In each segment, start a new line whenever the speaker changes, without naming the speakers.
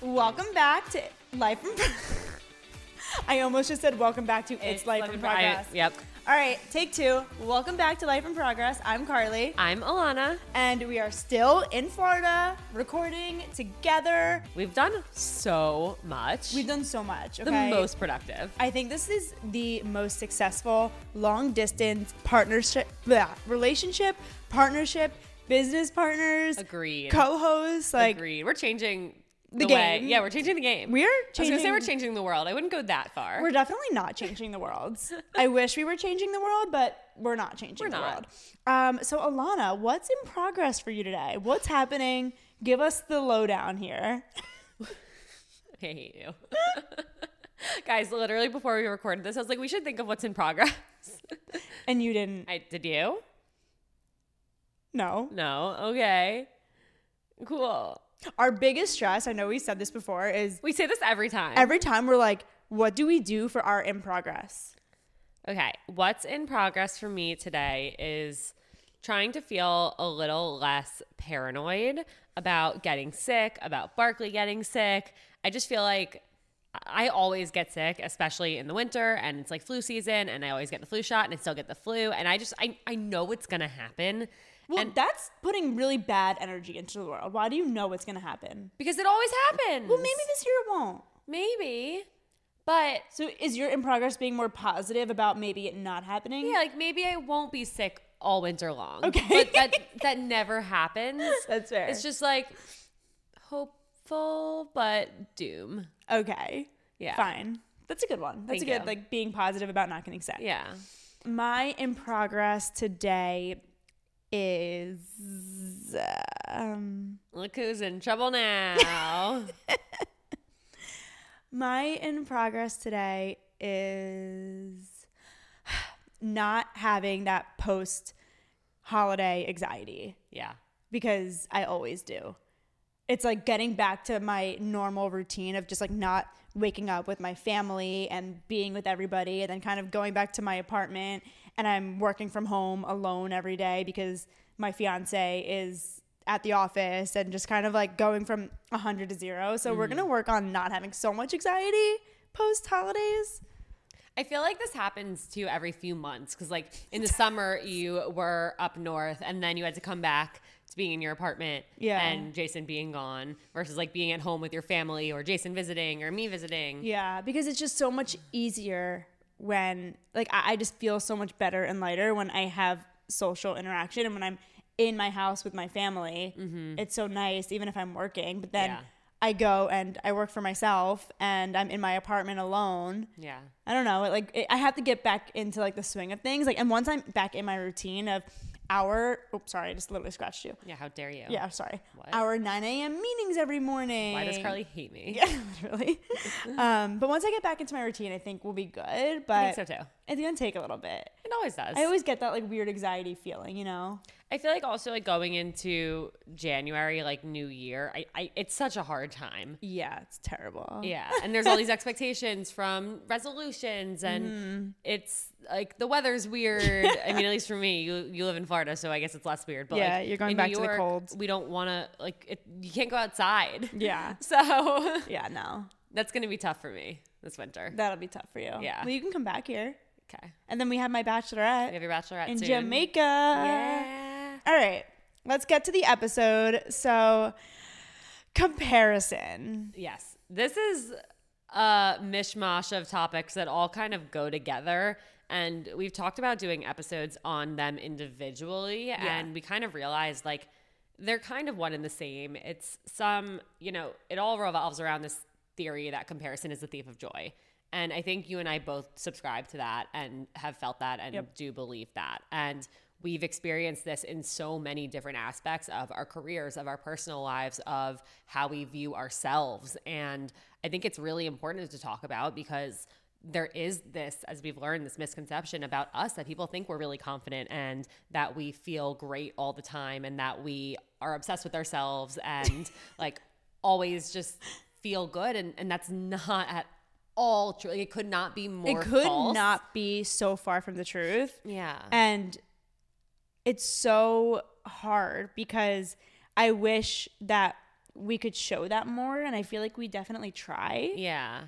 Welcome back to Life in Progress. I almost just said welcome back to It's, Life, in Progress.
yep.
All right, take two. Welcome back to Life in Progress. I'm Carly,
I'm Alana.
and we are still in Florida recording together.
We've done so much.
We've done so much.
the
okay?
most productive.
I think this is the most successful long distance partnership, blah, relationship, partnership, business partners,
Agreed.
co hosts. Like,
Agreed. We're changing the,
The
way-
game.
Yeah, we're changing the game.
We're
I was gonna say
changing-
we're changing the world. I wouldn't go that far.
We're definitely not changing the world. I wish we were changing the world, but we're not changing
We're
the
not.
world. Um, so, Alana, what's in progress for you today? What's happening? Give us the lowdown here.
I hate you. Guys, literally before we recorded this, I was like, we should think of what's in progress.
And you didn't
I did you?
know.
No. Okay. Cool.
Our biggest stress, I know we said this before, is
We say this every time.
every time we're like, what do we do for our in progress?
Okay, what's in progress for me today is trying to feel a little less paranoid about getting sick, about Barkley getting sick. I just feel like I always get sick, especially in the winter, and it's like flu season, and I always get the flu shot, and I still get the flu, and I just I I know it's gonna happen.
Well,
and
that's putting really bad energy into the world. Why do you know what's going to happen?
because it always happens.
Well, maybe this year it won't.
maybe, but
So, is your in progress being more positive about maybe it not happening?
yeah, like maybe I won't be sick all winter long.
Okay.
but that that never happens.
That's fair.
It's just like hopeful, but doom.
Okay.
Yeah.
Fine. That's a good one. That's
Thank
a good
you.
like being positive about not getting sick.
Yeah.
My in progress today is um
Look who's in trouble now.
my in progress today is not having that post holiday anxiety
yeah.
because I always do. It's like getting back to my normal routine of just like not waking up with my family and being with everybody and then kind of going back to my apartment and I'm working from home alone every day because my fiance is at the office and just kind of like going from 100 to 0. So we're going to work on not having so much anxiety post holidays.
I feel like this happens to you every few months because, like, in the summer, you were up north and then you had to come back to being in your apartment
Yeah.
and Jason being gone versus like being at home with your family or Jason visiting or me visiting.
Yeah, because it's just so much easier when, like, I, I just feel so much better and lighter when I have social interaction and when I'm in my house with my family. It's so nice, even if I'm working. But then
Mm-hmm. Yeah.
I go and I work for myself and I'm in my apartment alone.
Yeah.
I don't know. it, Like it, I have to get back into like the swing of things. Like, and once I'm back in my routine of our, oops, sorry, I just literally scratched you.
Yeah. How dare you?
Yeah, sorry.
What?
Our 9 a.m. meetings every morning.
Why does Carly hate me?
Yeah, literally. um, but once I get back into my routine, I think we'll be good. But
so, too.
It's gonna take a little bit.
It always does.
I always get that like weird anxiety feeling, you know.
I feel like also like going into January, like New Year, I, I it's such a hard time.
Yeah, it's terrible.
Yeah, and there's all these expectations from resolutions, and
Mm-hmm.
it's like the weather's weird. I mean, at least for me, you you live in Florida, so I guess it's less weird. But
Yeah,
like,
you're going
in
back
New
to the
York,
cold.
We don't want to like it, you can't go outside.
Yeah.
so
Yeah, no,
that's gonna be tough for me this winter.
that'll be tough for you.
Yeah.
Well, you can come back here,
Okay,
and then we have my bachelorette
we have your bachelorette
in
soon.
Jamaica.
Yeah.
All right. Let's get to the episode. So, comparison.
Yes. This is a mishmash of topics that all kind of go together. And we've talked about doing episodes on them individually. And we kind of realized like they're kind of one and the same. It's some, you know, it all revolves around this theory that comparison is the thief of joy. And I think you and I both subscribe to that and have felt that and do believe that. And we've experienced this in so many different aspects of our careers, of our personal lives, of how we view ourselves. And I think it's really important to talk about because there is this, as we've learned, this misconception about us that people think we're really confident and that we feel great all the time and that we are obsessed with ourselves and like always just feel good. And, and that's not at all true. Like, it could not be more.
it could
false.
not be so far from the truth.
Yeah.
And it's so hard because I wish that we could show that more. And I feel like we definitely try,
yeah.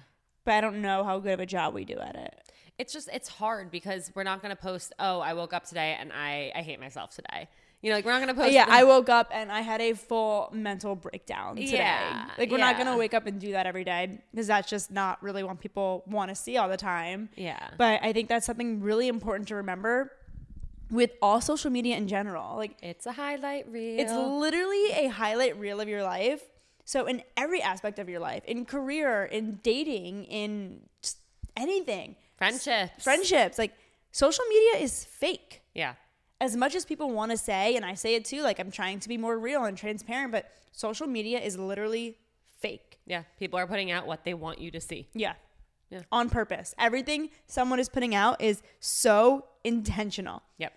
but I don't know how good of a job we do at it.
it's just it's hard because we're not going to post oh i woke up today and i i hate myself today you know like we're not going to post
Uh, yeah,
the-
I woke up and I had a full mental breakdown today.
Yeah,
like we're not
yeah.
gonna wake up and do that every day because that's just not really what people want to see all the time.
yeah
But I think that's something really important to remember with all social media in general. Like
it's a highlight reel
It's literally a highlight reel of your life. So in every aspect of your life, in career, in dating, in just anything,
friendships
friendships, like social media is fake.
yeah
As much as people want to say, and I say it too, like I'm trying to be more real and transparent, but social media is literally fake.
yeah people are putting out what they want you to see
Yeah.
Yeah.
On purpose. Everything someone is putting out is so intentional.
yep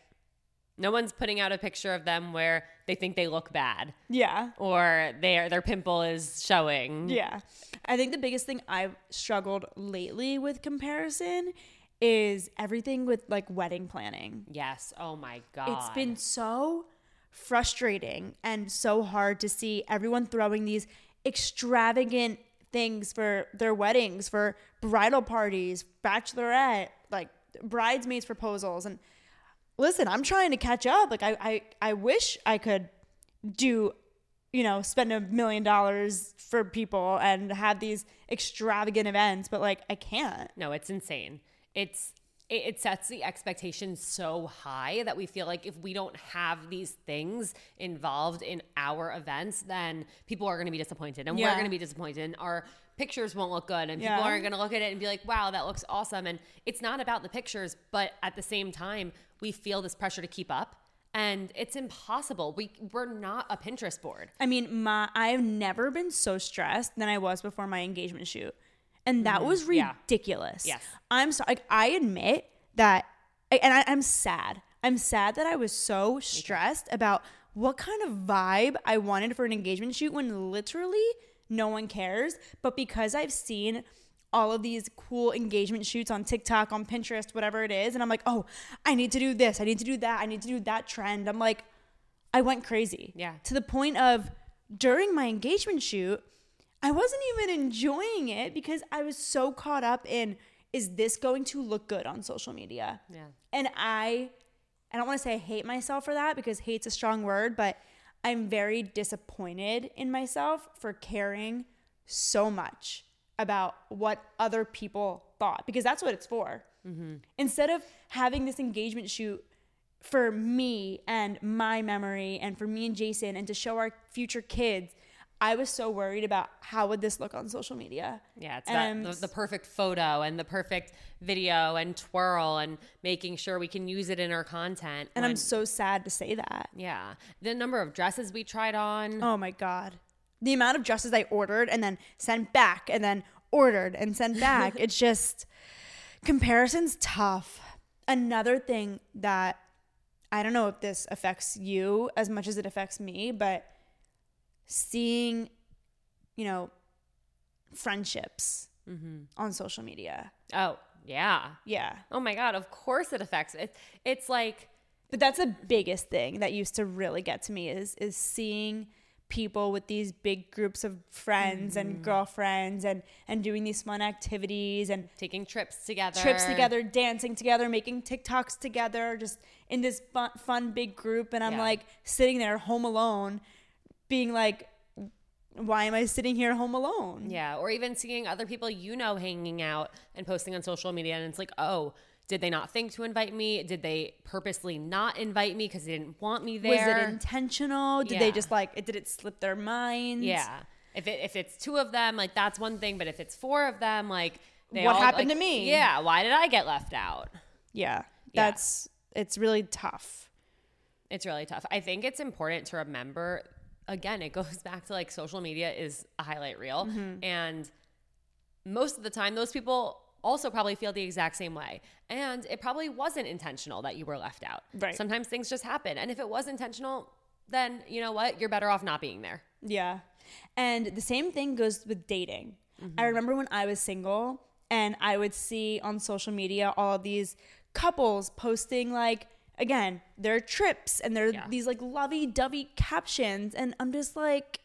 no one's putting out a picture of them where they think they look bad
Yeah.
or their their pimple is showing
Yeah. I think the biggest thing I've struggled lately with comparison is everything with like wedding planning.
yes oh my god
It's been so frustrating and so hard to see everyone throwing these extravagant things for their weddings, for bridal parties, bachelorette, like bridesmaids proposals and listen, I'm trying to catch up. Like I I, I wish I could do you know, spend a million dollars for people and have these extravagant events, but like I can't.
No, it's insane. It's it, it sets the expectation so high that we feel like if we don't have these things involved in our events, then people are going to be disappointed, and we're
Yeah.
going to be disappointed, and our pictures won't look good, and
Yeah.
people aren't going to look at it and be like, "Wow, that looks awesome." And it's not about the pictures, but at the same time, we feel this pressure to keep up, and it's impossible. We we're not a Pinterest board.
I mean, my I've never been so stressed than I was before my engagement shoot. And that was ridiculous.
Yes.
I'm sorry. Like, I admit that, I- and I, I'm sad. I'm sad that I was so stressed about what kind of vibe I wanted for an engagement shoot when literally no one cares. But because I've seen all of these cool engagement shoots on TikTok, on Pinterest, whatever it is, and I'm like, oh, I need to do this. I need to do that. I need to do that trend. I'm like, I went crazy.
Yeah.
To the point of during my engagement shoot, I wasn't even enjoying it because I was so caught up in is this going to look good on social media? Yeah. And I I don't want to say I hate myself for that because hate's a strong word, but I'm very disappointed in myself for caring so much about what other people thought because that's what it's for.
Mm-hmm.
Instead of having this engagement shoot for me and my memory and for me and Jason and to show our future kids, I was so worried about how would this look on social media.
Yeah, it's
And
that,
I'm
the, the perfect photo and the perfect video and twirl and making sure we can use it in our content.
and I'm
when-
so sad to say that.
yeah, the number of dresses we tried on.
Oh my god. The amount of dresses I ordered and then sent back and then ordered and sent back. it's just comparison's tough. Another thing that I don't know if this affects you as much as it affects me, but seeing, you know, friendships on social media.
oh yeah.
Yeah.
Oh my God! Of course it affects it. It's like
But that's the biggest thing that used to really get to me is is seeing people with these big groups of friends
Mm.
and girlfriends and and doing these fun activities and
Taking trips together.
trips together, dancing together, making TikToks together, just in this fun, fun big group. And I'm
Yeah.
like sitting there home alone, being like, why am I sitting here home alone?
Yeah, or even seeing other people you know hanging out and posting on social media, and it's like, oh, did they not think to invite me? Did they purposely not invite me because they didn't want me there?
Was it intentional? Did they
Yeah.
just like, it, did it slip their minds?
yeah, if it, if it's two of them, like that's one thing, but if it's four of them, like they
What
all,
happened
like-
to me?
Yeah, why did I get left out?
Yeah. That's, it's really tough.
It's really tough. I think it's important to remember again, it goes back to like social media is a highlight reel.
Mm-hmm.
And most of the time, those people also probably feel the exact same way. And it probably wasn't intentional that you were left out.
Right.
Sometimes things just happen. And if it was intentional, then you know what? You're better off not being there.
Yeah. And the same thing goes with dating.
Mm-hmm.
I remember when I was single and I would see on social media all of these couples posting like again, their trips and their
Yeah.
these like lovey-dovey captions and I'm just like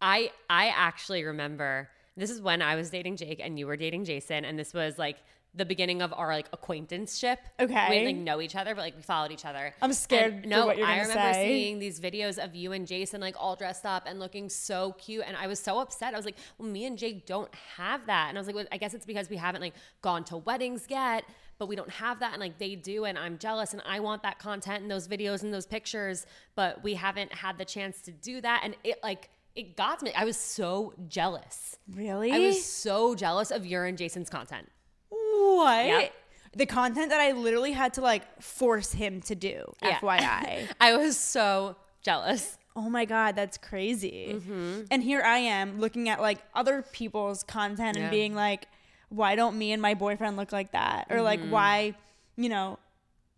I I actually remember this is when I was dating Jake and you were dating Jason, and this was like the beginning of our like acquaintanceship. we
Okay.
didn't, like know each other, but like we followed each other.
I'm scared
And
for
no,
what you're
I
gonna
remember
say.
seeing these videos of you and Jason like all dressed up and looking so cute, and I was so upset. I was like, "Well, me and Jake don't have that," and I was like, well, "I guess it's because we haven't like gone to weddings yet." But we don't have that, and like they do, and I'm jealous, and I want that content and those videos and those pictures, but we haven't had the chance to do that. And it like it got to me. I was so jealous.
really
I was so jealous of your and Jason's content.
what?
Yeah.
The content that I literally had to like force him to do.
Yeah.
FYI.
I was so jealous.
oh my god that's crazy
Mm-hmm.
and here i am looking at like other people's content
Yeah.
and being like why don't me and my boyfriend look like that or like
Mm-hmm.
why you know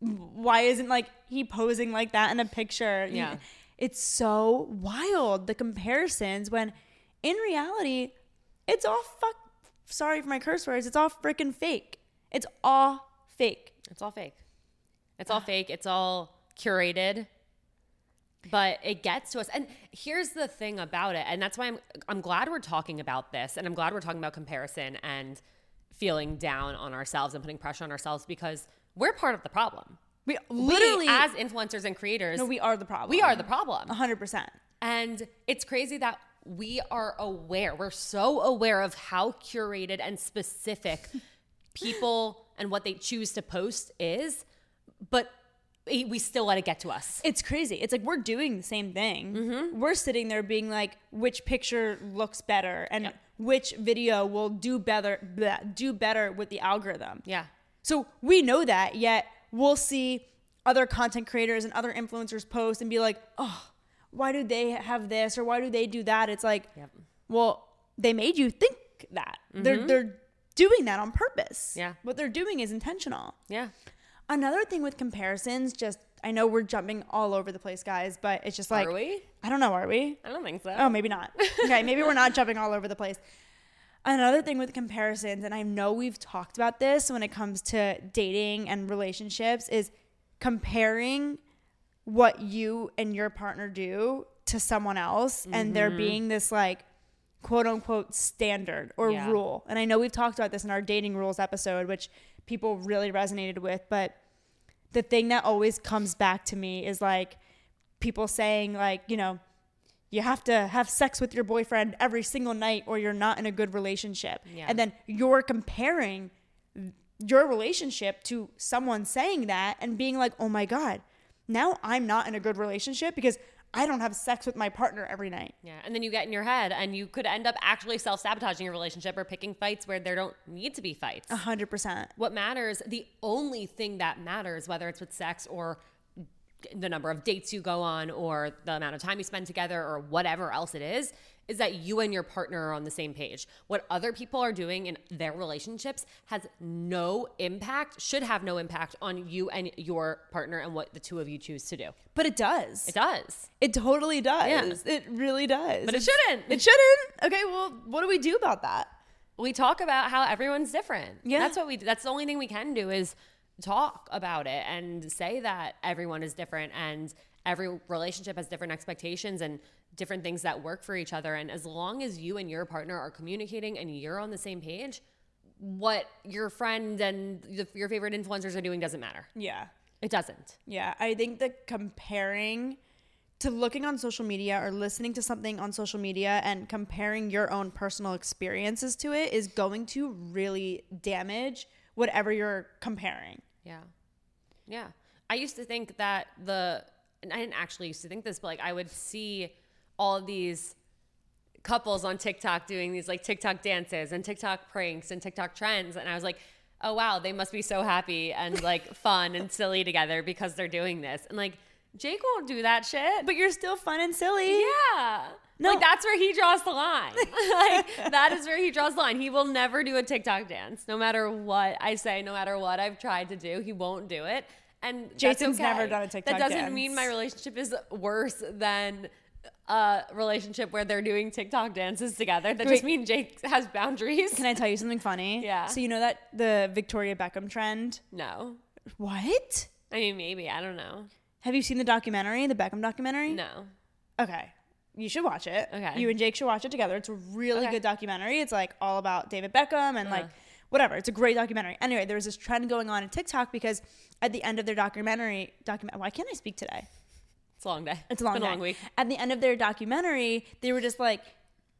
why isn't like he posing like that in a picture You-
Yeah.
it's so wild the comparisons when in reality it's all fuck sorry for my curse words it's all freaking fake it's all fake
It's all fake. It's all fake. It's all curated. But it gets to us. And here's the thing about it. And that's why I'm I'm glad we're talking about this and I'm glad we're talking about comparison and feeling down on ourselves and putting pressure on ourselves because we're part of the problem.
we
We,
literally
as influencers and creators,
no, we are the problem
we are the problem.
100%
And it's crazy that we are aware, we're so aware of how curated and specific people and what they choose to post is, but i- we still let it get to us.
it's crazy. It's like we're doing the same thing. We're sitting there being like, which picture looks better and which video will do better bleh, do better with the algorithm.
Yeah.
So we know that, yet we'll see other content creators and other influencers post and be like, oh, why do they have this or why do they do that? It's like, well, they made you think that. They're they're doing that on purpose.
Yeah.
What they're doing is intentional
Yeah.
another thing with comparisons just i know we're jumping all over the place guys but it's just like
Are we?
i don't know are we
I don't think so.
oh maybe not okay maybe we're not jumping all over the place another thing with comparisons and i know we've talked about this when it comes to dating and relationships is comparing what you and your partner do to someone else and
Mm-hmm.
there being this like quote unquote standard or
Yeah.
rule and i know we've talked about this in our dating rules episode which people really resonated with but the thing that always comes back to me is like people saying like you know you have to have sex with your boyfriend every single night or you're not in a good relationship
Yeah.
and then you're comparing your relationship to someone saying that and being like oh my god now i'm not in a good relationship because i don't have sex with my partner every night
Yeah. And then you get in your head and you could end up actually self sabotaging your relationship or picking fights where there don't need to be fights.
Uh-huh. 100%
What matters, the only thing that matters, whether it's with sex or the number of dates you go on or the amount of time you spend together or whatever else it is, is that you and your partner are on the same page. What other people are doing in their relationships has no impact, should have no impact on you and your partner and what the two of you choose to do.
but it does
It does.
It totally does. It really does.
But it
It's-
shouldn't.
It shouldn't. Okay, well, what do we do about that?
we talk about how everyone's different.
Yeah.
That's what we that's the only thing we can do is talk about it and say that everyone is different and every relationship has different expectations and different things that work for each other. And as long as you and your partner are communicating and you're on the same page, what your friend and the, your favorite influencers are doing doesn't matter.
Yeah.
It doesn't.
Yeah, I think that comparing to looking on social media or listening to something on social media and comparing your own personal experiences to it is going to really damage whatever you're comparing.
Yeah. Yeah. I used to think that the, and I didn't actually used to think this, but like I would see all of these couples on TikTok doing these like TikTok dances and TikTok pranks and TikTok trends. And I was like, oh, wow, they must be so happy and like fun and silly together because they're doing this. And like, Jake won't do that shit.
But you're still fun and silly.
Yeah. Like that's where he draws the line. like that is where he draws the line. He will never do a TikTok dance, no matter what I say, no matter what I've tried to do, he won't do it. And that's
Jason's
okay.
never done a TikTok
That doesn't
dance.
mean my relationship is worse than a relationship where they're doing TikTok dances together. That just
Wait.
means Jake has boundaries.
Can I tell you something funny?
Yeah.
So you know that the Victoria Beckham trend?
no.
What?
I mean, maybe I don't know.
Have you seen the documentary, the Beckham documentary?
No.
Okay. You should watch it.
Okay.
You and Jake should watch it together. It's a really
Okay. Uh-huh.
good documentary. It's like all about David Beckham and like whatever. It's a great documentary. Anyway, there was this trend going on in TikTok because at the end of their documentary, document. Why can't I speak today?
It's a long day.
It's a long,
Been
day.
a long week.
At the end of their documentary, they were just like,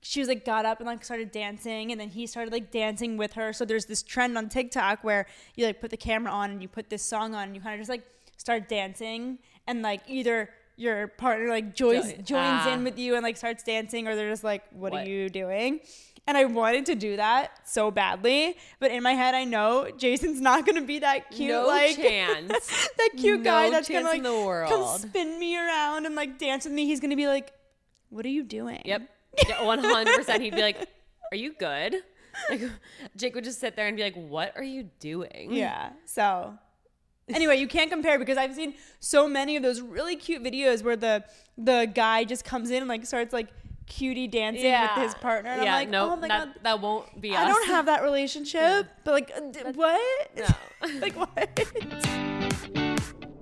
she was like got up and like started dancing, and then he started like dancing with her. So there's this trend on TikTok where you like put the camera on and you put this song on, and you kind of just like start dancing, and like either your partner like joins
Join-
joins
ah.
in with you and like starts dancing, or they're just like, what,
What?
are you doing? And I wanted to do that so badly, but in my head I know Jason's not gonna be that cute.
No
like
chance.
that cute guy
No
that's gonna
chance
like
in the
come
world.
spin me around and like dance with me. He's gonna be like, "What are you doing?"
Yep. One hundred percent. He'd be like, "Are you good?" Like Jake would just sit there and be like, "What are you doing?"
Yeah. So anyway, you can't compare because I've seen so many of those really cute videos where the the guy just comes in and like starts like cutie dancing
Yeah.
with his partner. And
yeah.
I'm like,
no,
oh my
that,
god.
that won't be us.
I don't have that relationship, but like, uh, d- what?
No.
like, what?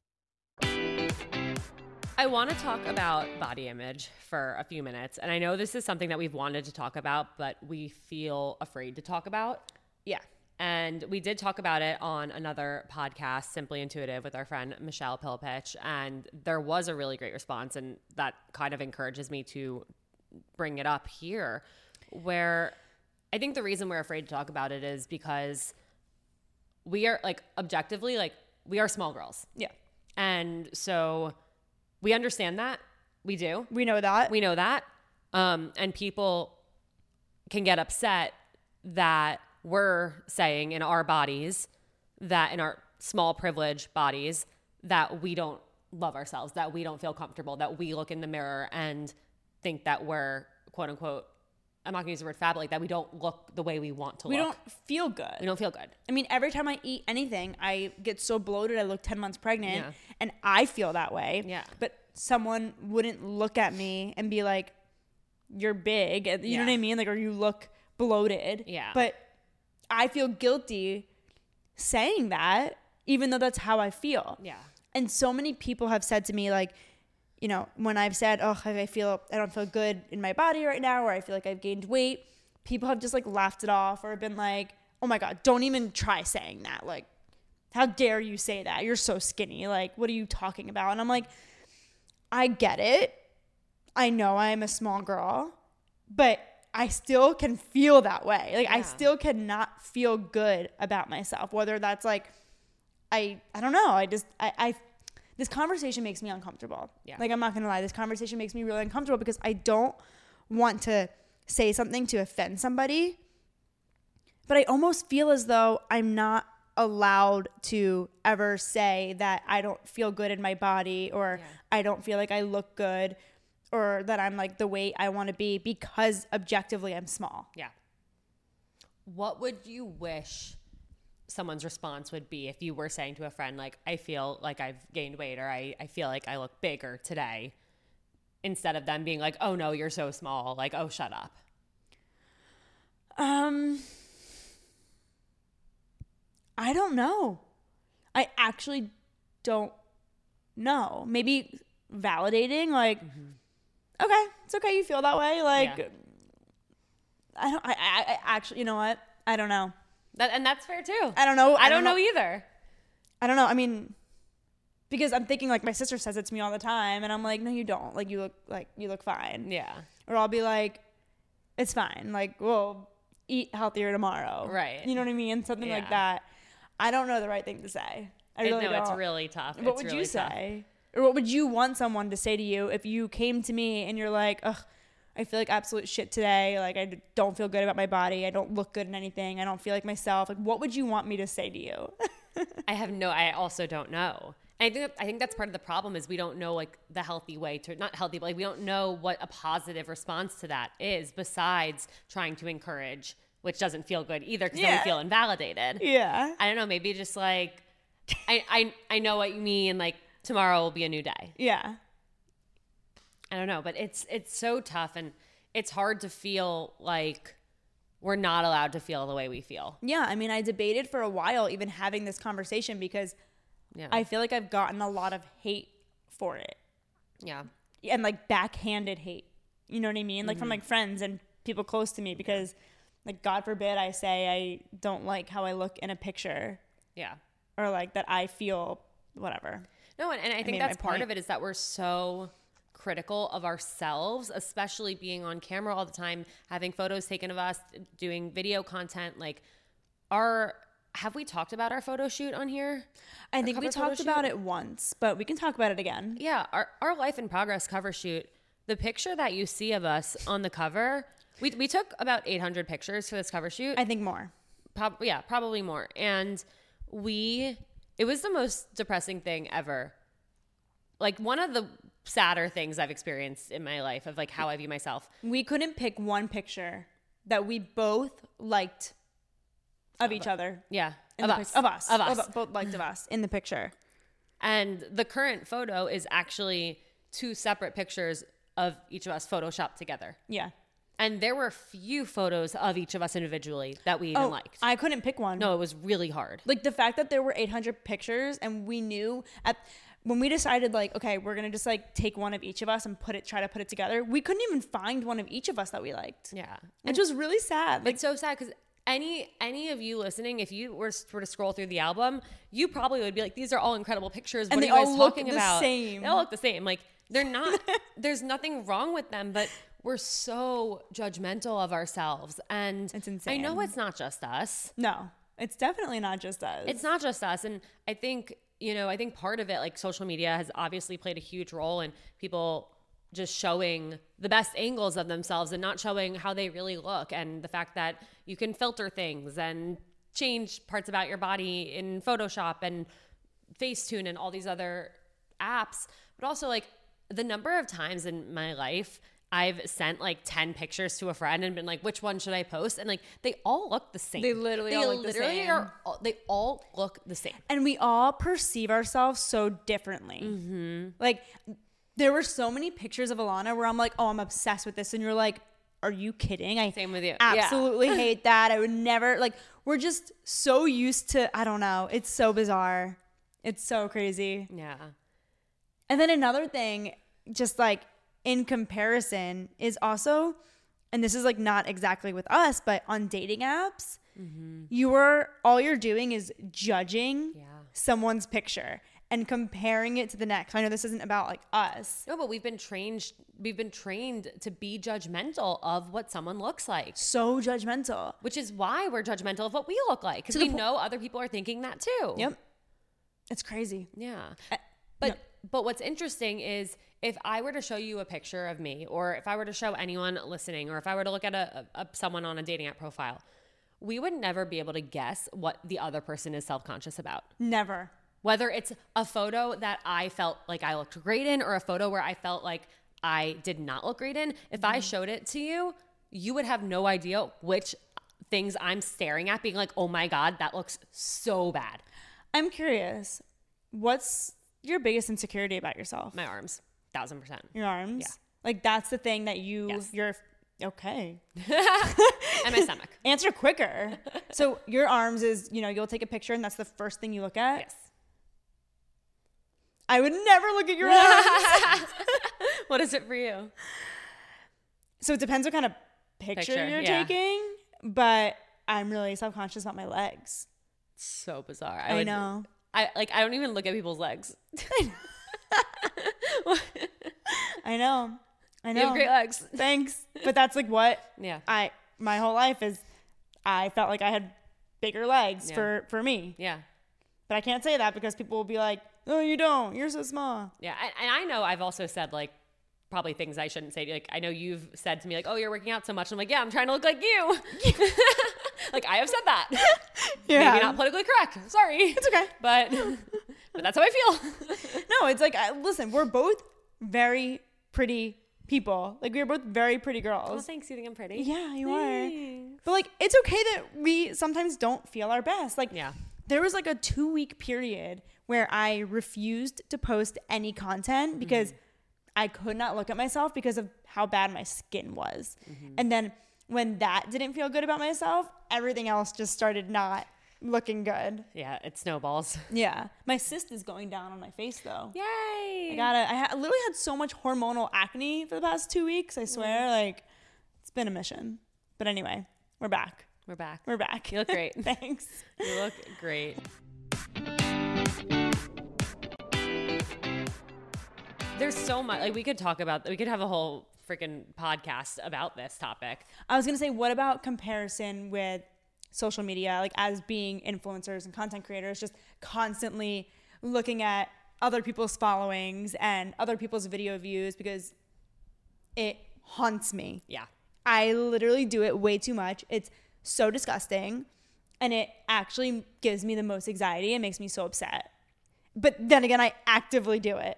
I want to talk about body image for a few minutes, and I know this is something that we've wanted to talk about, but we feel afraid to talk about.
yeah.
And we did talk about it on another podcast, Simply Intuitive, with our friend Michelle Pilpitch. And there was a really great response. And that kind of encourages me to bring it up here, where I think the reason we're afraid to talk about it is because we are like objectively, like we are small girls.
Yeah.
And so we understand that. We do.
We know that.
We know that. Um, and people can get upset that we're saying in our bodies, that in our small privileged bodies, that we don't love ourselves, that we don't feel comfortable, that we look in the mirror and think that we're quote unquote, I'm not gonna use the word fab, like that we don't look the way we want to
we
look.
don't feel good.
we don't feel good.
I mean, every time I eat anything, I get so bloated. I look 10 months pregnant
Yeah.
and I feel that way.
Yeah.
But someone wouldn't look at me and be like, you're big. and- You know what
Yeah.
I mean? Like, or you look bloated.
Yeah.
But I feel guilty saying that, even though that's how I feel.
Yeah.
And so many people have said to me, like, you know, when I've said, oh, like, I feel, I don't feel good in my body right now, or I feel like I've gained weight, people have just like laughed it off or been like, oh my God, don't even try saying that. Like, how dare you say that? You're so skinny. Like, what are you talking about? And I'm like, I get it. I know I'm a small girl, but I still can feel that way. Like I still cannot feel good about myself, whether that's like I I don't know. I just I, I this conversation makes me uncomfortable.
Yeah.
Like I'm not gonna lie, this conversation makes me really uncomfortable because I don't want to say something to offend somebody, but I almost feel as though I'm not allowed to ever say that I don't feel good in my body or I don't feel like I look good or that I'm like the weight I want to be because objectively I'm small.
Yeah. What would you wish someone's response would be if you were saying to a friend, like, I feel like I've gained weight or I, I feel like I look bigger today, instead of them being like, oh no, you're so small, like, oh, shut up?
Um, I don't know. I actually don't know. Maybe validating, like, okay, it's okay, you feel that way. Like,
Mm-hmm. Yeah.
I don't. I, I, I actually, you know what? I don't know.
That, and that's fair too.
I don't know.
I, don't know either.
I don't know. I mean, because I'm thinking like my sister says it to me all the time, and I'm like, no, you don't. Like, you look like you look fine.
Yeah.
or I'll be like, it's fine. Like, we'll eat healthier tomorrow.
Right.
You know what I mean? Something
Yeah.
like that. I don't know the right thing to say. I
I
really
no,
don't.
it's really tough.
What
It's
would you
really tough.
say? Or what would you want someone to say to you if you came to me and you're like, ugh, I feel like absolute shit today. Like, I d- don't feel good about my body. I don't look good in anything. I don't feel like myself. Like, what would you want me to say to you?
I have no. I also don't know. And I think I think that's part of the problem is we don't know like the healthy way to not healthy, but like we don't know what a positive response to that is besides trying to encourage, which doesn't feel good either because then
Yeah.
we feel invalidated.
yeah.
I don't know. Maybe just like I, I I know what you mean. Like tomorrow will be a new day.
Yeah.
I don't know, but it's it's so tough and it's hard to feel like we're not allowed to feel the way we feel.
Yeah. I mean, I debated for a while even having this conversation because
Yeah.
I feel like I've gotten a lot of hate for it.
yeah.
and like backhanded hate. You know what I mean? Like
Mm-hmm.
from like friends and people close to me because like God forbid I say I don't like how I look in a picture
Yeah.
or like that I feel whatever.
No, and, and I think
mean, my
that's part
point-
of it is that we're so critical of ourselves, especially being on camera all the time, having photos taken of us, doing video content. Like, our have we talked about our photo shoot on here?
I think we
cover photo
talked about
shoot?
it once, but we can talk about it again.
Yeah, our our life in progress cover shoot. The picture that you see of us on the cover, we we took about 800 pictures for this cover shoot.
I think more.
Prob- yeah, probably more. And we, it was the most depressing thing ever. Like one of the sadder things I've experienced in my life of like how I view myself.
We couldn't pick one picture that we both liked of each other.
Yeah,
in
of
the
us,
pic- of us.
of us.
both liked of us in the picture.
And the current photo is actually two separate pictures of each of us photoshopped together.
Yeah.
And there were few photos of each of us individually that we even liked.
Oh, I couldn't pick one.
no, it was really hard.
like the fact that there were 800 pictures and we knew at when we decided like okay we're gonna just like take one of each of us and put it try to put it together we couldn't even find one of each of us that we liked
Yeah.
which was really sad like
It's so sad because any any of you listening, if you were, were to scroll through the album, you probably would be like, "These are all incredible pictures."
And
what
they
are you guys
all look
talking
the
about?
same.
They all look the same. Like they're not. there's nothing wrong with them, but we're so judgmental of ourselves, and
It's
I know
insane.
it's not just us
no it's definitely not just us
it's not just us and i think you know i think part of it like social media has obviously played a huge role in people just showing the best angles of themselves and not showing how they really look and the fact that you can filter things and change parts about your body in photoshop and facetune and all these other apps but also like the number of times in my life i've sent like 10 pictures to a friend and been like which one should i post and like they all look the same
They literally all look the
literally
same.
are all- they all look the same.
and we all perceive ourselves so differently
Mm-hmm.
like there were so many pictures of alana where i'm like oh i'm obsessed with this and you're like are you kidding i
Same with you. Yeah.
absolutely hate that i would never like we're just so used to i don't know it's so bizarre it's so crazy
Yeah.
and then another thing, just like in comparison, is also, and this is like not exactly with us, but on dating apps,
Mm-hmm.
you are all you're doing is judging someone's picture. and comparing it to the next. I know this isn't about like us.
No, but we've been trained we've been trained to be judgmental of what someone looks like.
So judgmental.
Which is why we're judgmental of what we look like. Because we know other people are thinking that too.
Yep. It's crazy.
Yeah. Uh, But but what's interesting is if I were to show you a picture of me, or if I were to show anyone listening, or if I were to look at a, a someone on a dating app profile, we would never be able to guess what the other person is self conscious about.
Never.
Whether it's a photo that I felt like I looked great in, or a photo where I felt like I did not look great in, if I showed it to you, you would have no idea which things I'm staring at, being like, oh my God, that looks so bad.
I'm curious. What's your biggest insecurity about yourself?
My arms, thousand percent.
Your arms?
Yeah.
Like that's the thing that you
Yes.
you're okay.
And my stomach.
Answer quicker. so your arms is, you know, you'll take a picture and that's the first thing you look at.
Yes.
I would never look at your arms.
What is it for you?
so it depends what kind of picture,
Picture,
you're
yeah.
taking, but I'm really self-conscious about my legs.
So bizarre.
I
would-
know.
I like. I don't even look at people's legs.
I know. I know.
You have great legs.
Thanks. But that's like what
Yeah.
I my whole life is I felt like I had bigger legs
Yeah.
for for me.
Yeah.
But I can't say that because people will be like, "No, you don't. You're so small."
Yeah. And, and I know I've also said like probably things I shouldn't say. Like I know you've said to me like, "Oh, you're working out so much." And I'm like, "Yeah, I'm trying to look like you." like I have said that.
Yeah.
Maybe not politically correct. Sorry. It's
okay.
But but that's how I feel.
No, it's like I, listen, we're both very pretty people. Like we're both very pretty
Oh,
girls.
thanks. You think I'm pretty?
yeah, you are. But like it's okay that we sometimes don't feel our best. Like
Yeah.
there was like a 2 week period where I refused to post any content
Mm-hmm.
because I could not look at myself because of how bad my skin was.
Mm-hmm.
And then when that didn't feel good about myself, everything else just started not looking good.
Yeah. It snowballs.
Yeah. My cyst is going down on my face though.
Yay.
I got it. I ha- literally had so much hormonal acne for the past two weeks. I swear,
Mm.
like it's been a mission. But anyway, we're back.
We're back.
We're back.
You look great.
Thanks.
You look great. There's so much like we could talk about we could have a whole freaking podcast about this topic.
I was gonna say, what about comparison with social media, like as being influencers and content creators, just constantly looking at other people's followings and other people's video views because it haunts me.
Yeah.
I literally do it way too much. It's so disgusting. And it actually gives me the most anxiety and makes me so upset. But then again, I actively do it.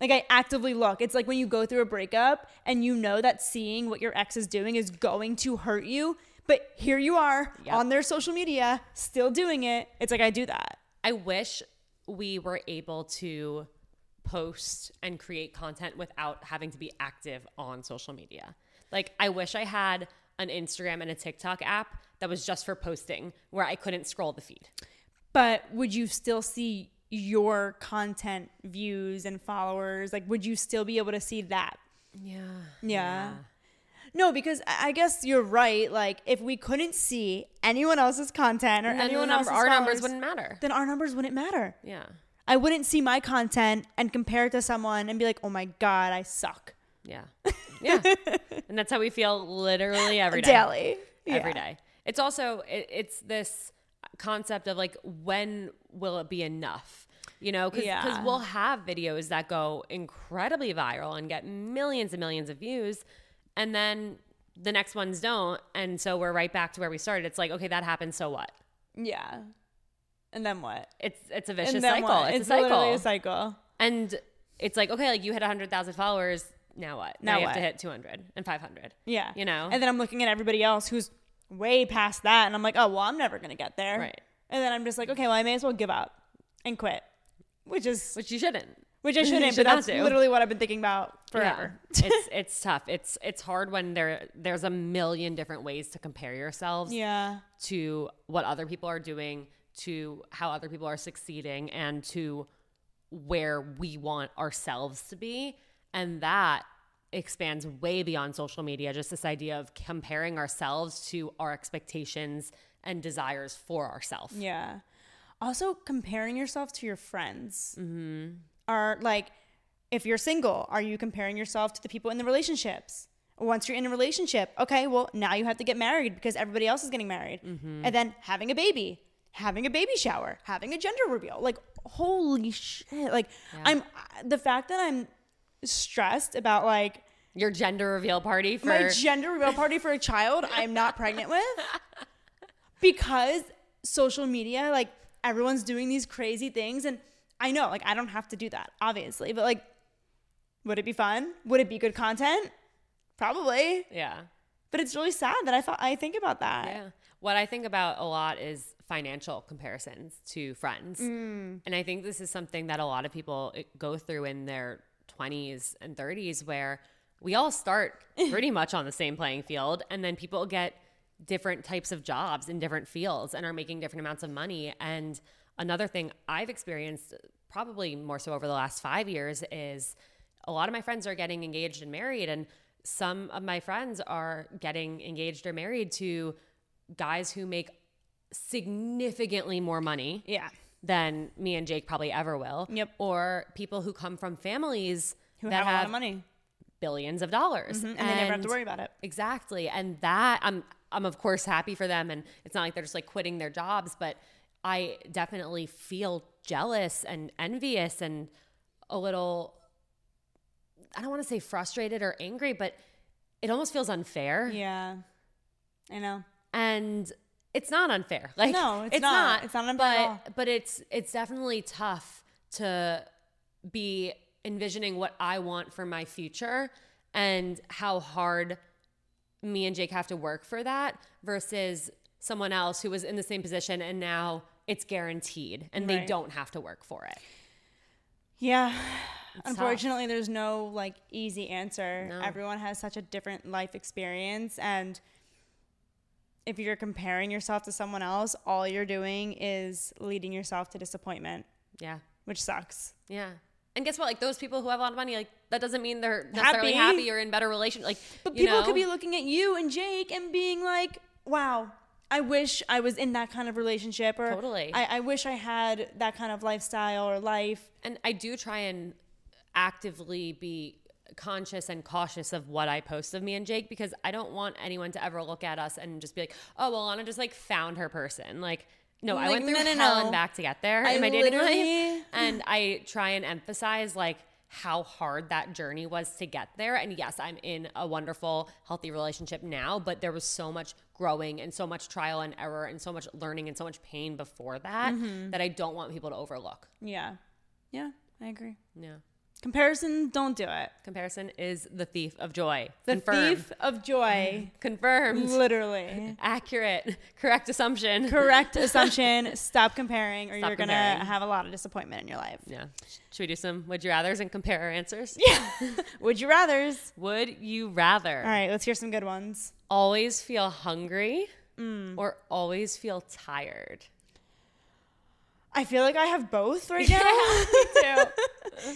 Like I actively look. It's like when you go through a breakup and you know that seeing what your ex is doing is going to hurt you. But here you are
Yep.
on their social media, still doing it. It's like I do that.
I wish we were able to post and create content without having to be active on social media. Like, I wish I had an Instagram and a TikTok app that was just for posting where I couldn't scroll the feed.
But would you still see your content views and followers? Like, would you still be able to see that
Yeah.
Yeah. No, because I I guess you're right. Like, if we couldn't see anyone else's content or
And then the
anyone
number,
else's
our numbers
followers,
wouldn't matter.
then our numbers wouldn't matter.
Yeah.
I wouldn't see my content and compare it to someone and be like, "Oh my god, I suck."
Yeah. Yeah. and that's how we feel literally every day.
Daily.
Every day. It's also it, it's this concept of like when will it be enough? You know, because
Yeah.
we'll have videos that go incredibly viral and get millions and millions of views, and then the next ones don't, and so we're right back to where we started. It's like okay, that happened, so what?
Yeah. And then what?
It's it's a vicious
and then
cycle.
what?
It's,
It's,
a cycle,
literally a cycle.
and it's like okay, like you hit hundred thousand followers. Now what?
Now
you have to
what?
hit 200 and 500.
Yeah.
You know?
And then I'm looking at everybody else who's way past that and I'm like, oh, well, I'm never going to get there.
Right.
And then I'm just like, okay, well, I may as well give up and quit, which is,
Which you shouldn't.
which I shouldn't,
should
but
not
that's
do.
literally what I've been thinking about forever.
Yeah. it's it's tough. It's it's hard when there there's a million different ways to compare yourselves
Yeah.
to what other people are doing, to how other people are succeeding, and to where we want ourselves to be. And that expands way beyond social media, just this idea of comparing ourselves to our expectations and desires for ourselves.
Yeah. also comparing yourself to your friends are like if you're single are you comparing yourself to the people in the relationships once you're in a relationship okay well now you have to get married because everybody else is getting married and then having a baby having a baby shower having a gender reveal like holy shit like i'm the fact that i'm stressed about like
Your gender reveal party for
my gender reveal party for a child I'm not pregnant with because social media, like everyone's doing these crazy things, and I know, like, I don't have to do that, obviously, but like, would it be fun? Would it be good content? Probably,
yeah.
but it's really sad that I thought I think about that.
Yeah. What I think about a lot is financial comparisons to friends. And I think this is something that a lot of people eh, go through in their 20s and 30s where we all start pretty much on the same playing field and then people get different types of jobs in different fields and are making different amounts of money and another thing I've experienced uh, probably more so over the last 5 years is a lot of my friends are getting engaged and married and some of my friends are getting engaged or married to guys who make significantly more money
Yeah.
than me and Jake probably ever will.
Yep.
Or people who come from families
Who
that
have, a lot of money Mm-hmm.
billions of dollars
and, they never have to worry about it.
Exactly. And that I'm I'm of course happy for them and it's not like they're just like quitting their jobs, but I definitely feel jealous and envious and a little I don't want to say frustrated or angry, but it almost feels unfair.
Yeah. I know.
And it's not unfair. Like
No, it's not.
not.
It's not unfair
but
at all.
but it's it's definitely tough to be envisioning what I want for my future and how hard me and Jake have to work for that versus someone else who was in the same position and now it's guaranteed and they
Right.
don't have to work for it.
Yeah.
tough.
Unfortunately, there's no like easy answer.
No.
Everyone has such a different life experience and if you're comparing yourself to someone else, all you're doing is leading yourself to disappointment,
Yeah.
which sucks.
Yeah. And guess what? Like those people who have a lot of money, like that doesn't mean they're necessarily happy,
Happy.
or in better relation. Like,
But
you
people
know?
could be looking at you and Jake and being like, "Wow, I wish I was in that kind of relationship or
Totally.
I, I wish I had that kind of lifestyle or life."
and I do try and actively be conscious and cautious of what I post of me and Jake because I don't want anyone to ever look at us and just be like, oh, well, Lana just like found her person. Like, no, I
Like,
went through
no, no,
hell
no.
and back to get there
I
in my dating life.
literally-
And I try and emphasize like how hard that journey was to get there. And yes, I'm in a wonderful, healthy relationship now, but there was so much growing and so much trial and error and so much learning and so much pain before that
Mm-hmm.
that I don't want people to overlook.
Yeah. Yeah, I agree.
Yeah.
Comparison, don't do it.
Comparison is the thief of joy.
The
Confirmed.
thief of joy.
Confirmed.
Literally.
Accurate. Correct assumption.
Correct assumption. Stop comparing, or
Stop
you're going to
comparing.
have a lot of disappointment in your life.
Yeah. Should we do some would you rather's and compare our answers?
Would you rathers?
Would you rather
All right, let's hear some good ones.
always feel hungry
Mm.
or always feel tired?
I feel like I have both right now.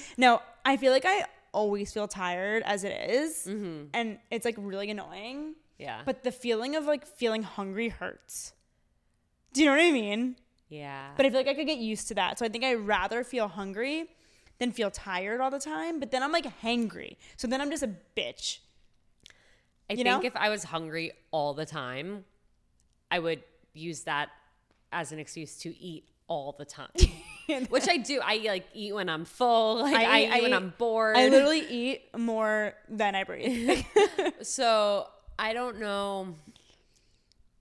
no, I feel like I always feel tired as it is,
Mm-hmm.
and it's like really annoying.
Yeah.
But the feeling of like feeling hungry hurts. Do you know what I mean?
yeah.
But I feel like I could get used to that. So I think I'd rather feel hungry than feel tired all the time. But then I'm like hangry. So then I'm just a bitch.
I
you
think
know?
if I was hungry all the time, I would use that as an excuse to eat all the time. Which I do. I like eat when I'm full. Like I, eat when I'm bored.
I literally eat more than I breathe.
So I don't know.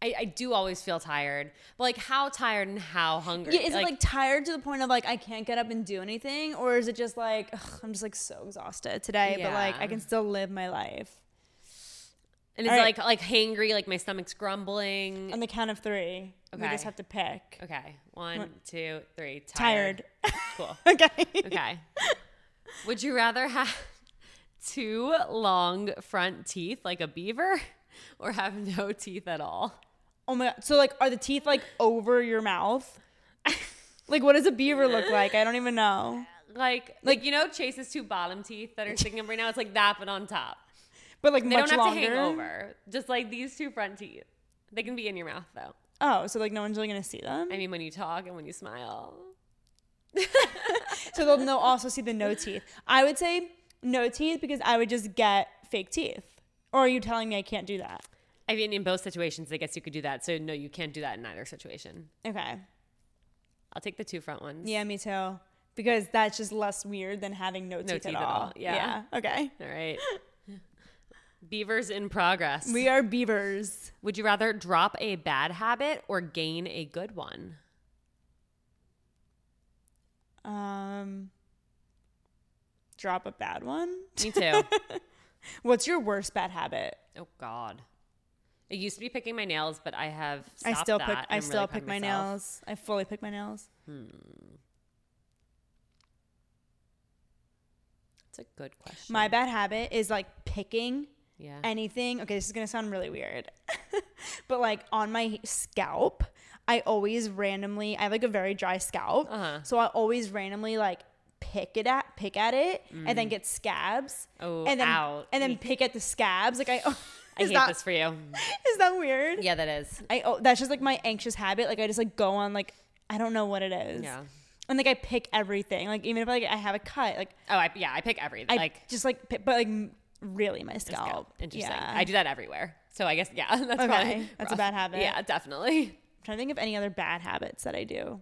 I, I do always feel tired. But like how tired and how hungry?
Yeah, is it like tired to the point of like I can't get up and do anything, or is it just like ugh, I'm just like so exhausted today, but like
Yeah.
I can still live my life
and is it
all
like
right.
like hangry, like my stomach's grumbling.
on the count of three? We
Okay.
just have to pick.
Okay. one, two, three.
Tired.
Cool.
Okay.
Okay. Would you rather have two long front teeth like a beaver or have no teeth at all?
Oh my god. So like, are the teeth like over your mouth? like, what does a beaver look like? I don't even know.
Like like you know Chase's two bottom teeth that are sticking up right now, it's like that but on top.
But like
They
much
don't have
longer.
to hang over. Just like these two front teeth. They can be in your mouth though.
Oh, so like no one's really gonna see them.
I mean, when you talk and when you smile.
So they'll no also see the no teeth. I would say no teeth because I would just get fake teeth. Or are you telling me I can't do that?
I mean, in both situations, I guess you could do that. So no, you can't do that in either situation.
Okay.
I'll take the two front ones.
Yeah, me too. Because that's just less weird than having no, teeth, at all.
yeah.
yeah. Okay.
All right. Beavers in progress.
We are beavers.
Would you rather drop a bad habit or gain a good one?
Um drop a bad one.
Me too.
What's your worst bad habit?
oh God. It used to be picking my nails, but I have.
I
stopped
still
that.
pick
and
I
I'm
still
really proud
pick
of
my
myself.
nails. I fully pick my nails.
That's a good question.
My bad habit is like picking
yeah.
anything. Okay, this is gonna sound really weird, but like on my scalp, I always randomly. I have like a very dry scalp,
Uh-huh.
so I always randomly like pick it at pick at it and then get scabs.
Mm. Oh,
and then
ow.
and then pick at the scabs. Like I. oh,
I
is
hate
that,
this for you.
Is that weird?
Yeah, that is.
I oh, that's just like my anxious habit. Like I just like go on like I don't know what it is.
Yeah.
And like I pick everything. Like even if like I have a cut, like
Oh, I, yeah. I pick everything.
I
like
just like pick, but like m- really my scalp.
scalp. Interesting.
Yeah.
I do that everywhere. So I guess yeah, that's
Okay,
probably
that's a
rough.
bad habit.
Yeah, definitely.
I'm trying to think of any other bad habits that I do.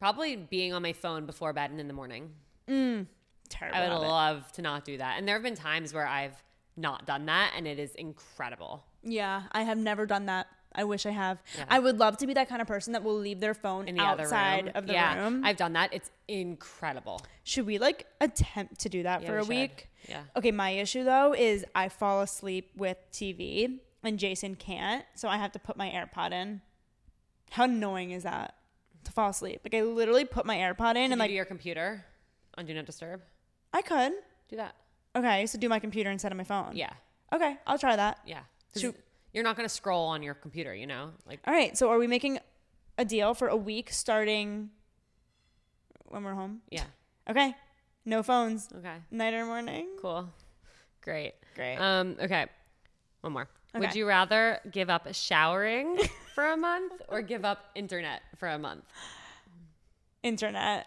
Probably being on my phone before bed and in the morning.
Terrible.
I would
habit.
love to not do that. And there have been times where I've not done that, and it is incredible.
Yeah, I have never done that. I wish I have. I would love to be that kind of person that will leave their phone
In the
outside
other room.
of the
yeah,
room.
I've done that. It's incredible.
should we like attempt to do that
Yeah,
for
we
a
should.
week?
Yeah.
Okay, my issue though is I fall asleep with TV and Jason can't, so I have to put my AirPod in. How annoying is that? To fall asleep. Like I literally put my AirPod in and
And like
like
do your computer on do not disturb.
I could.
Do that.
Okay, so do my computer instead of my phone.
Yeah,
Okay, I'll try that.
yeah. 'Cause
Should-
You're not gonna scroll on your computer, you know. Like
All right. So are we making a deal for a week starting when we're home?
yeah.
Okay. No phones.
Okay.
Night or morning?
Cool. Great.
Great.
Um, okay. One more. Would
Okay.
you rather give up showering for a month or give up internet for a month?
Internet.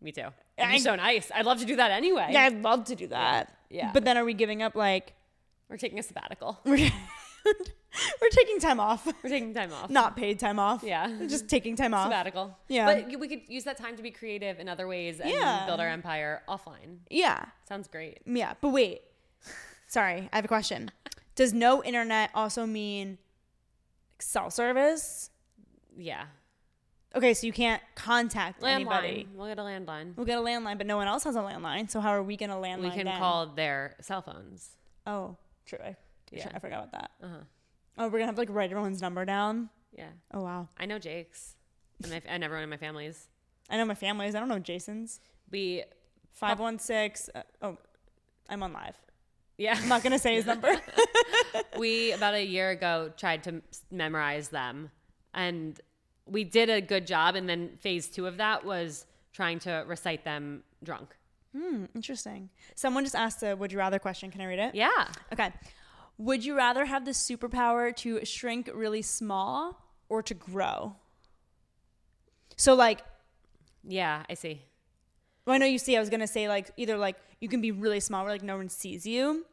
Me too. It'd be so nice. I'd love to do that anyway.
Yeah, I'd love to do that.
Yeah.
But then are we giving up like
We're taking a sabbatical.
we're, we're taking time off.
We're taking time off.
Not paid time off.
Yeah.
Just taking time off.
sabbatical.
Yeah.
But you- we could use that time to be creative in other ways and
Yeah.
build our empire offline.
Yeah.
Sounds great.
Yeah. But wait. Sorry, I have a question. Does no internet also mean cell service?
Yeah.
Okay, so you can't contact
Landline.
anybody.
We'll get a landline.
We'll get a landline, but no one else has a landline. So how are we going to landline?
we can
then?
call their cell phones.
Oh, true. I,
Yeah.
I forgot about that.
Uh-huh.
Oh, we're gonna have to like write everyone's number down.
Yeah.
Oh wow.
I know Jake's and, my, and everyone in my family's.
I know my family's. I don't know Jason's.
We,
Five one six. Oh, I'm on live.
yeah.
I'm not gonna say his number.
we about a year ago tried to s- memorize them and we did a good job and then phase two of that was trying to recite them drunk
Hmm, Interesting. Someone just asked a would you rather question. Can I read it?
yeah
Okay. Would you rather have the superpower to shrink really small or to grow? So like
yeah i see
Well, I know you see. I was gonna say like either like you can be really small where like no one sees you.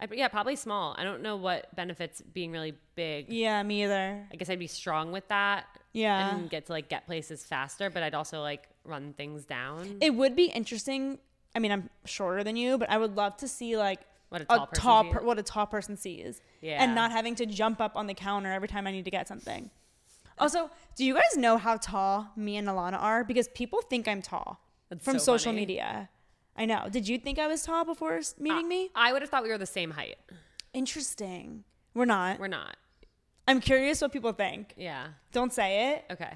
I, yeah probably small i don't know what benefits being really big
Yeah, me either.
i guess i'd be strong with that
Yeah,
and get to like get places faster but i'd also like run things down
it would be interesting. I mean, I'm shorter than you, but I would love to see like
What a tall person sees.
what a tall person sees.
Yeah.
and not having to jump up on the counter every time I need to get something. Also, do you guys know how tall me and Alana are? Because people think I'm tall
That's
from
so
social
funny. Ah.
media. I know. Did you think I was tall before s- meeting me?
i would have thought we were the same height
Interesting. We're not.
we're not
I'm curious what people think.
yeah
Don't say it.
okay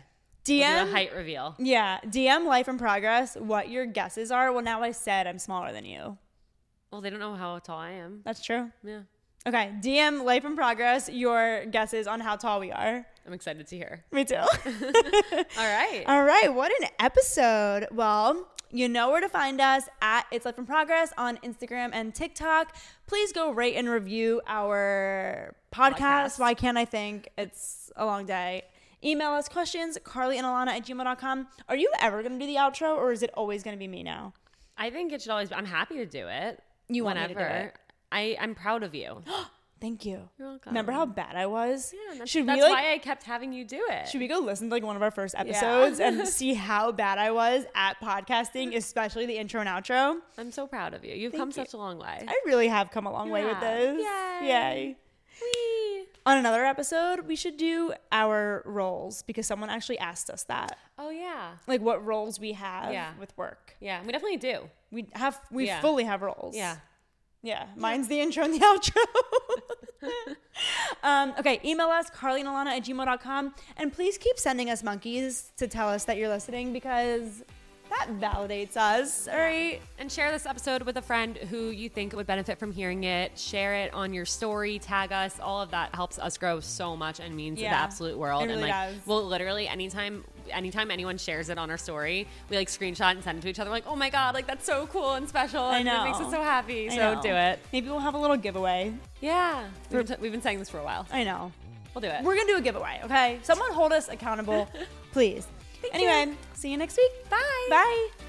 We'll do
DM
a height reveal
Yeah, DM life in progress. What your guesses are? Well, now I said I'm smaller than you.
well they don't know how tall i am
That's true.
yeah
Okay, DM Life in Progress your guesses on how tall we are.
I'm excited to hear.
Me too.
All right.
All right, what an episode. Well, you know where to find us at It's Life in Progress on Instagram and TikTok. Please go rate and review our podcast.
Podcast.
Why can't I think? It's a long day. Email us questions, Carly and Alana at gmail.com. Are you ever going to do the outro or is it always going to be me now?
I think it should always. I'm happy to do it.
You want me to do it.
I I'm proud of you.
Thank you.
You're welcome.
Remember how bad I was? Yeah,
That's,
should we
that's
like,
why I kept having you do it.
should we go listen to like one of our first episodes and see how bad I was at podcasting, especially the intro and outro?
I'm so proud of you. You've come such a long way.
I really have come a long way with
Yeah.
this.
Yay.
Yay.
Whee!
On another episode, we should do our roles because someone actually asked us that.
Oh yeah,
Like what roles we have
Yeah.
with work.
yeah. We definitely do.
We have we
Yeah.
fully have roles.
Yeah.
Yeah. Mine's the intro and the outro. um, okay, email us, carlynalana at gmail.com. And please keep sending us monkeys to tell us that you're listening because that validates us. All right.
And share this episode with a friend who you think would benefit from hearing it. Share it on your story, tag us. All of that helps us grow so much and means
Yeah.
the absolute world.
It
and
really
like,
does.
well, literally anytime, anytime anyone shares it on our story, we like screenshot and send it to each other. Like, oh my god, like that's so cool and special.
I
and
know.
It makes us so happy.
I
so
know.
do it.
Maybe we'll have a little giveaway.
Yeah, we've been, we've been saying this for a while.
I know.
We'll do it.
We're gonna do a giveaway, okay? Someone hold us accountable, please. anyway, see you next week. Bye. Bye.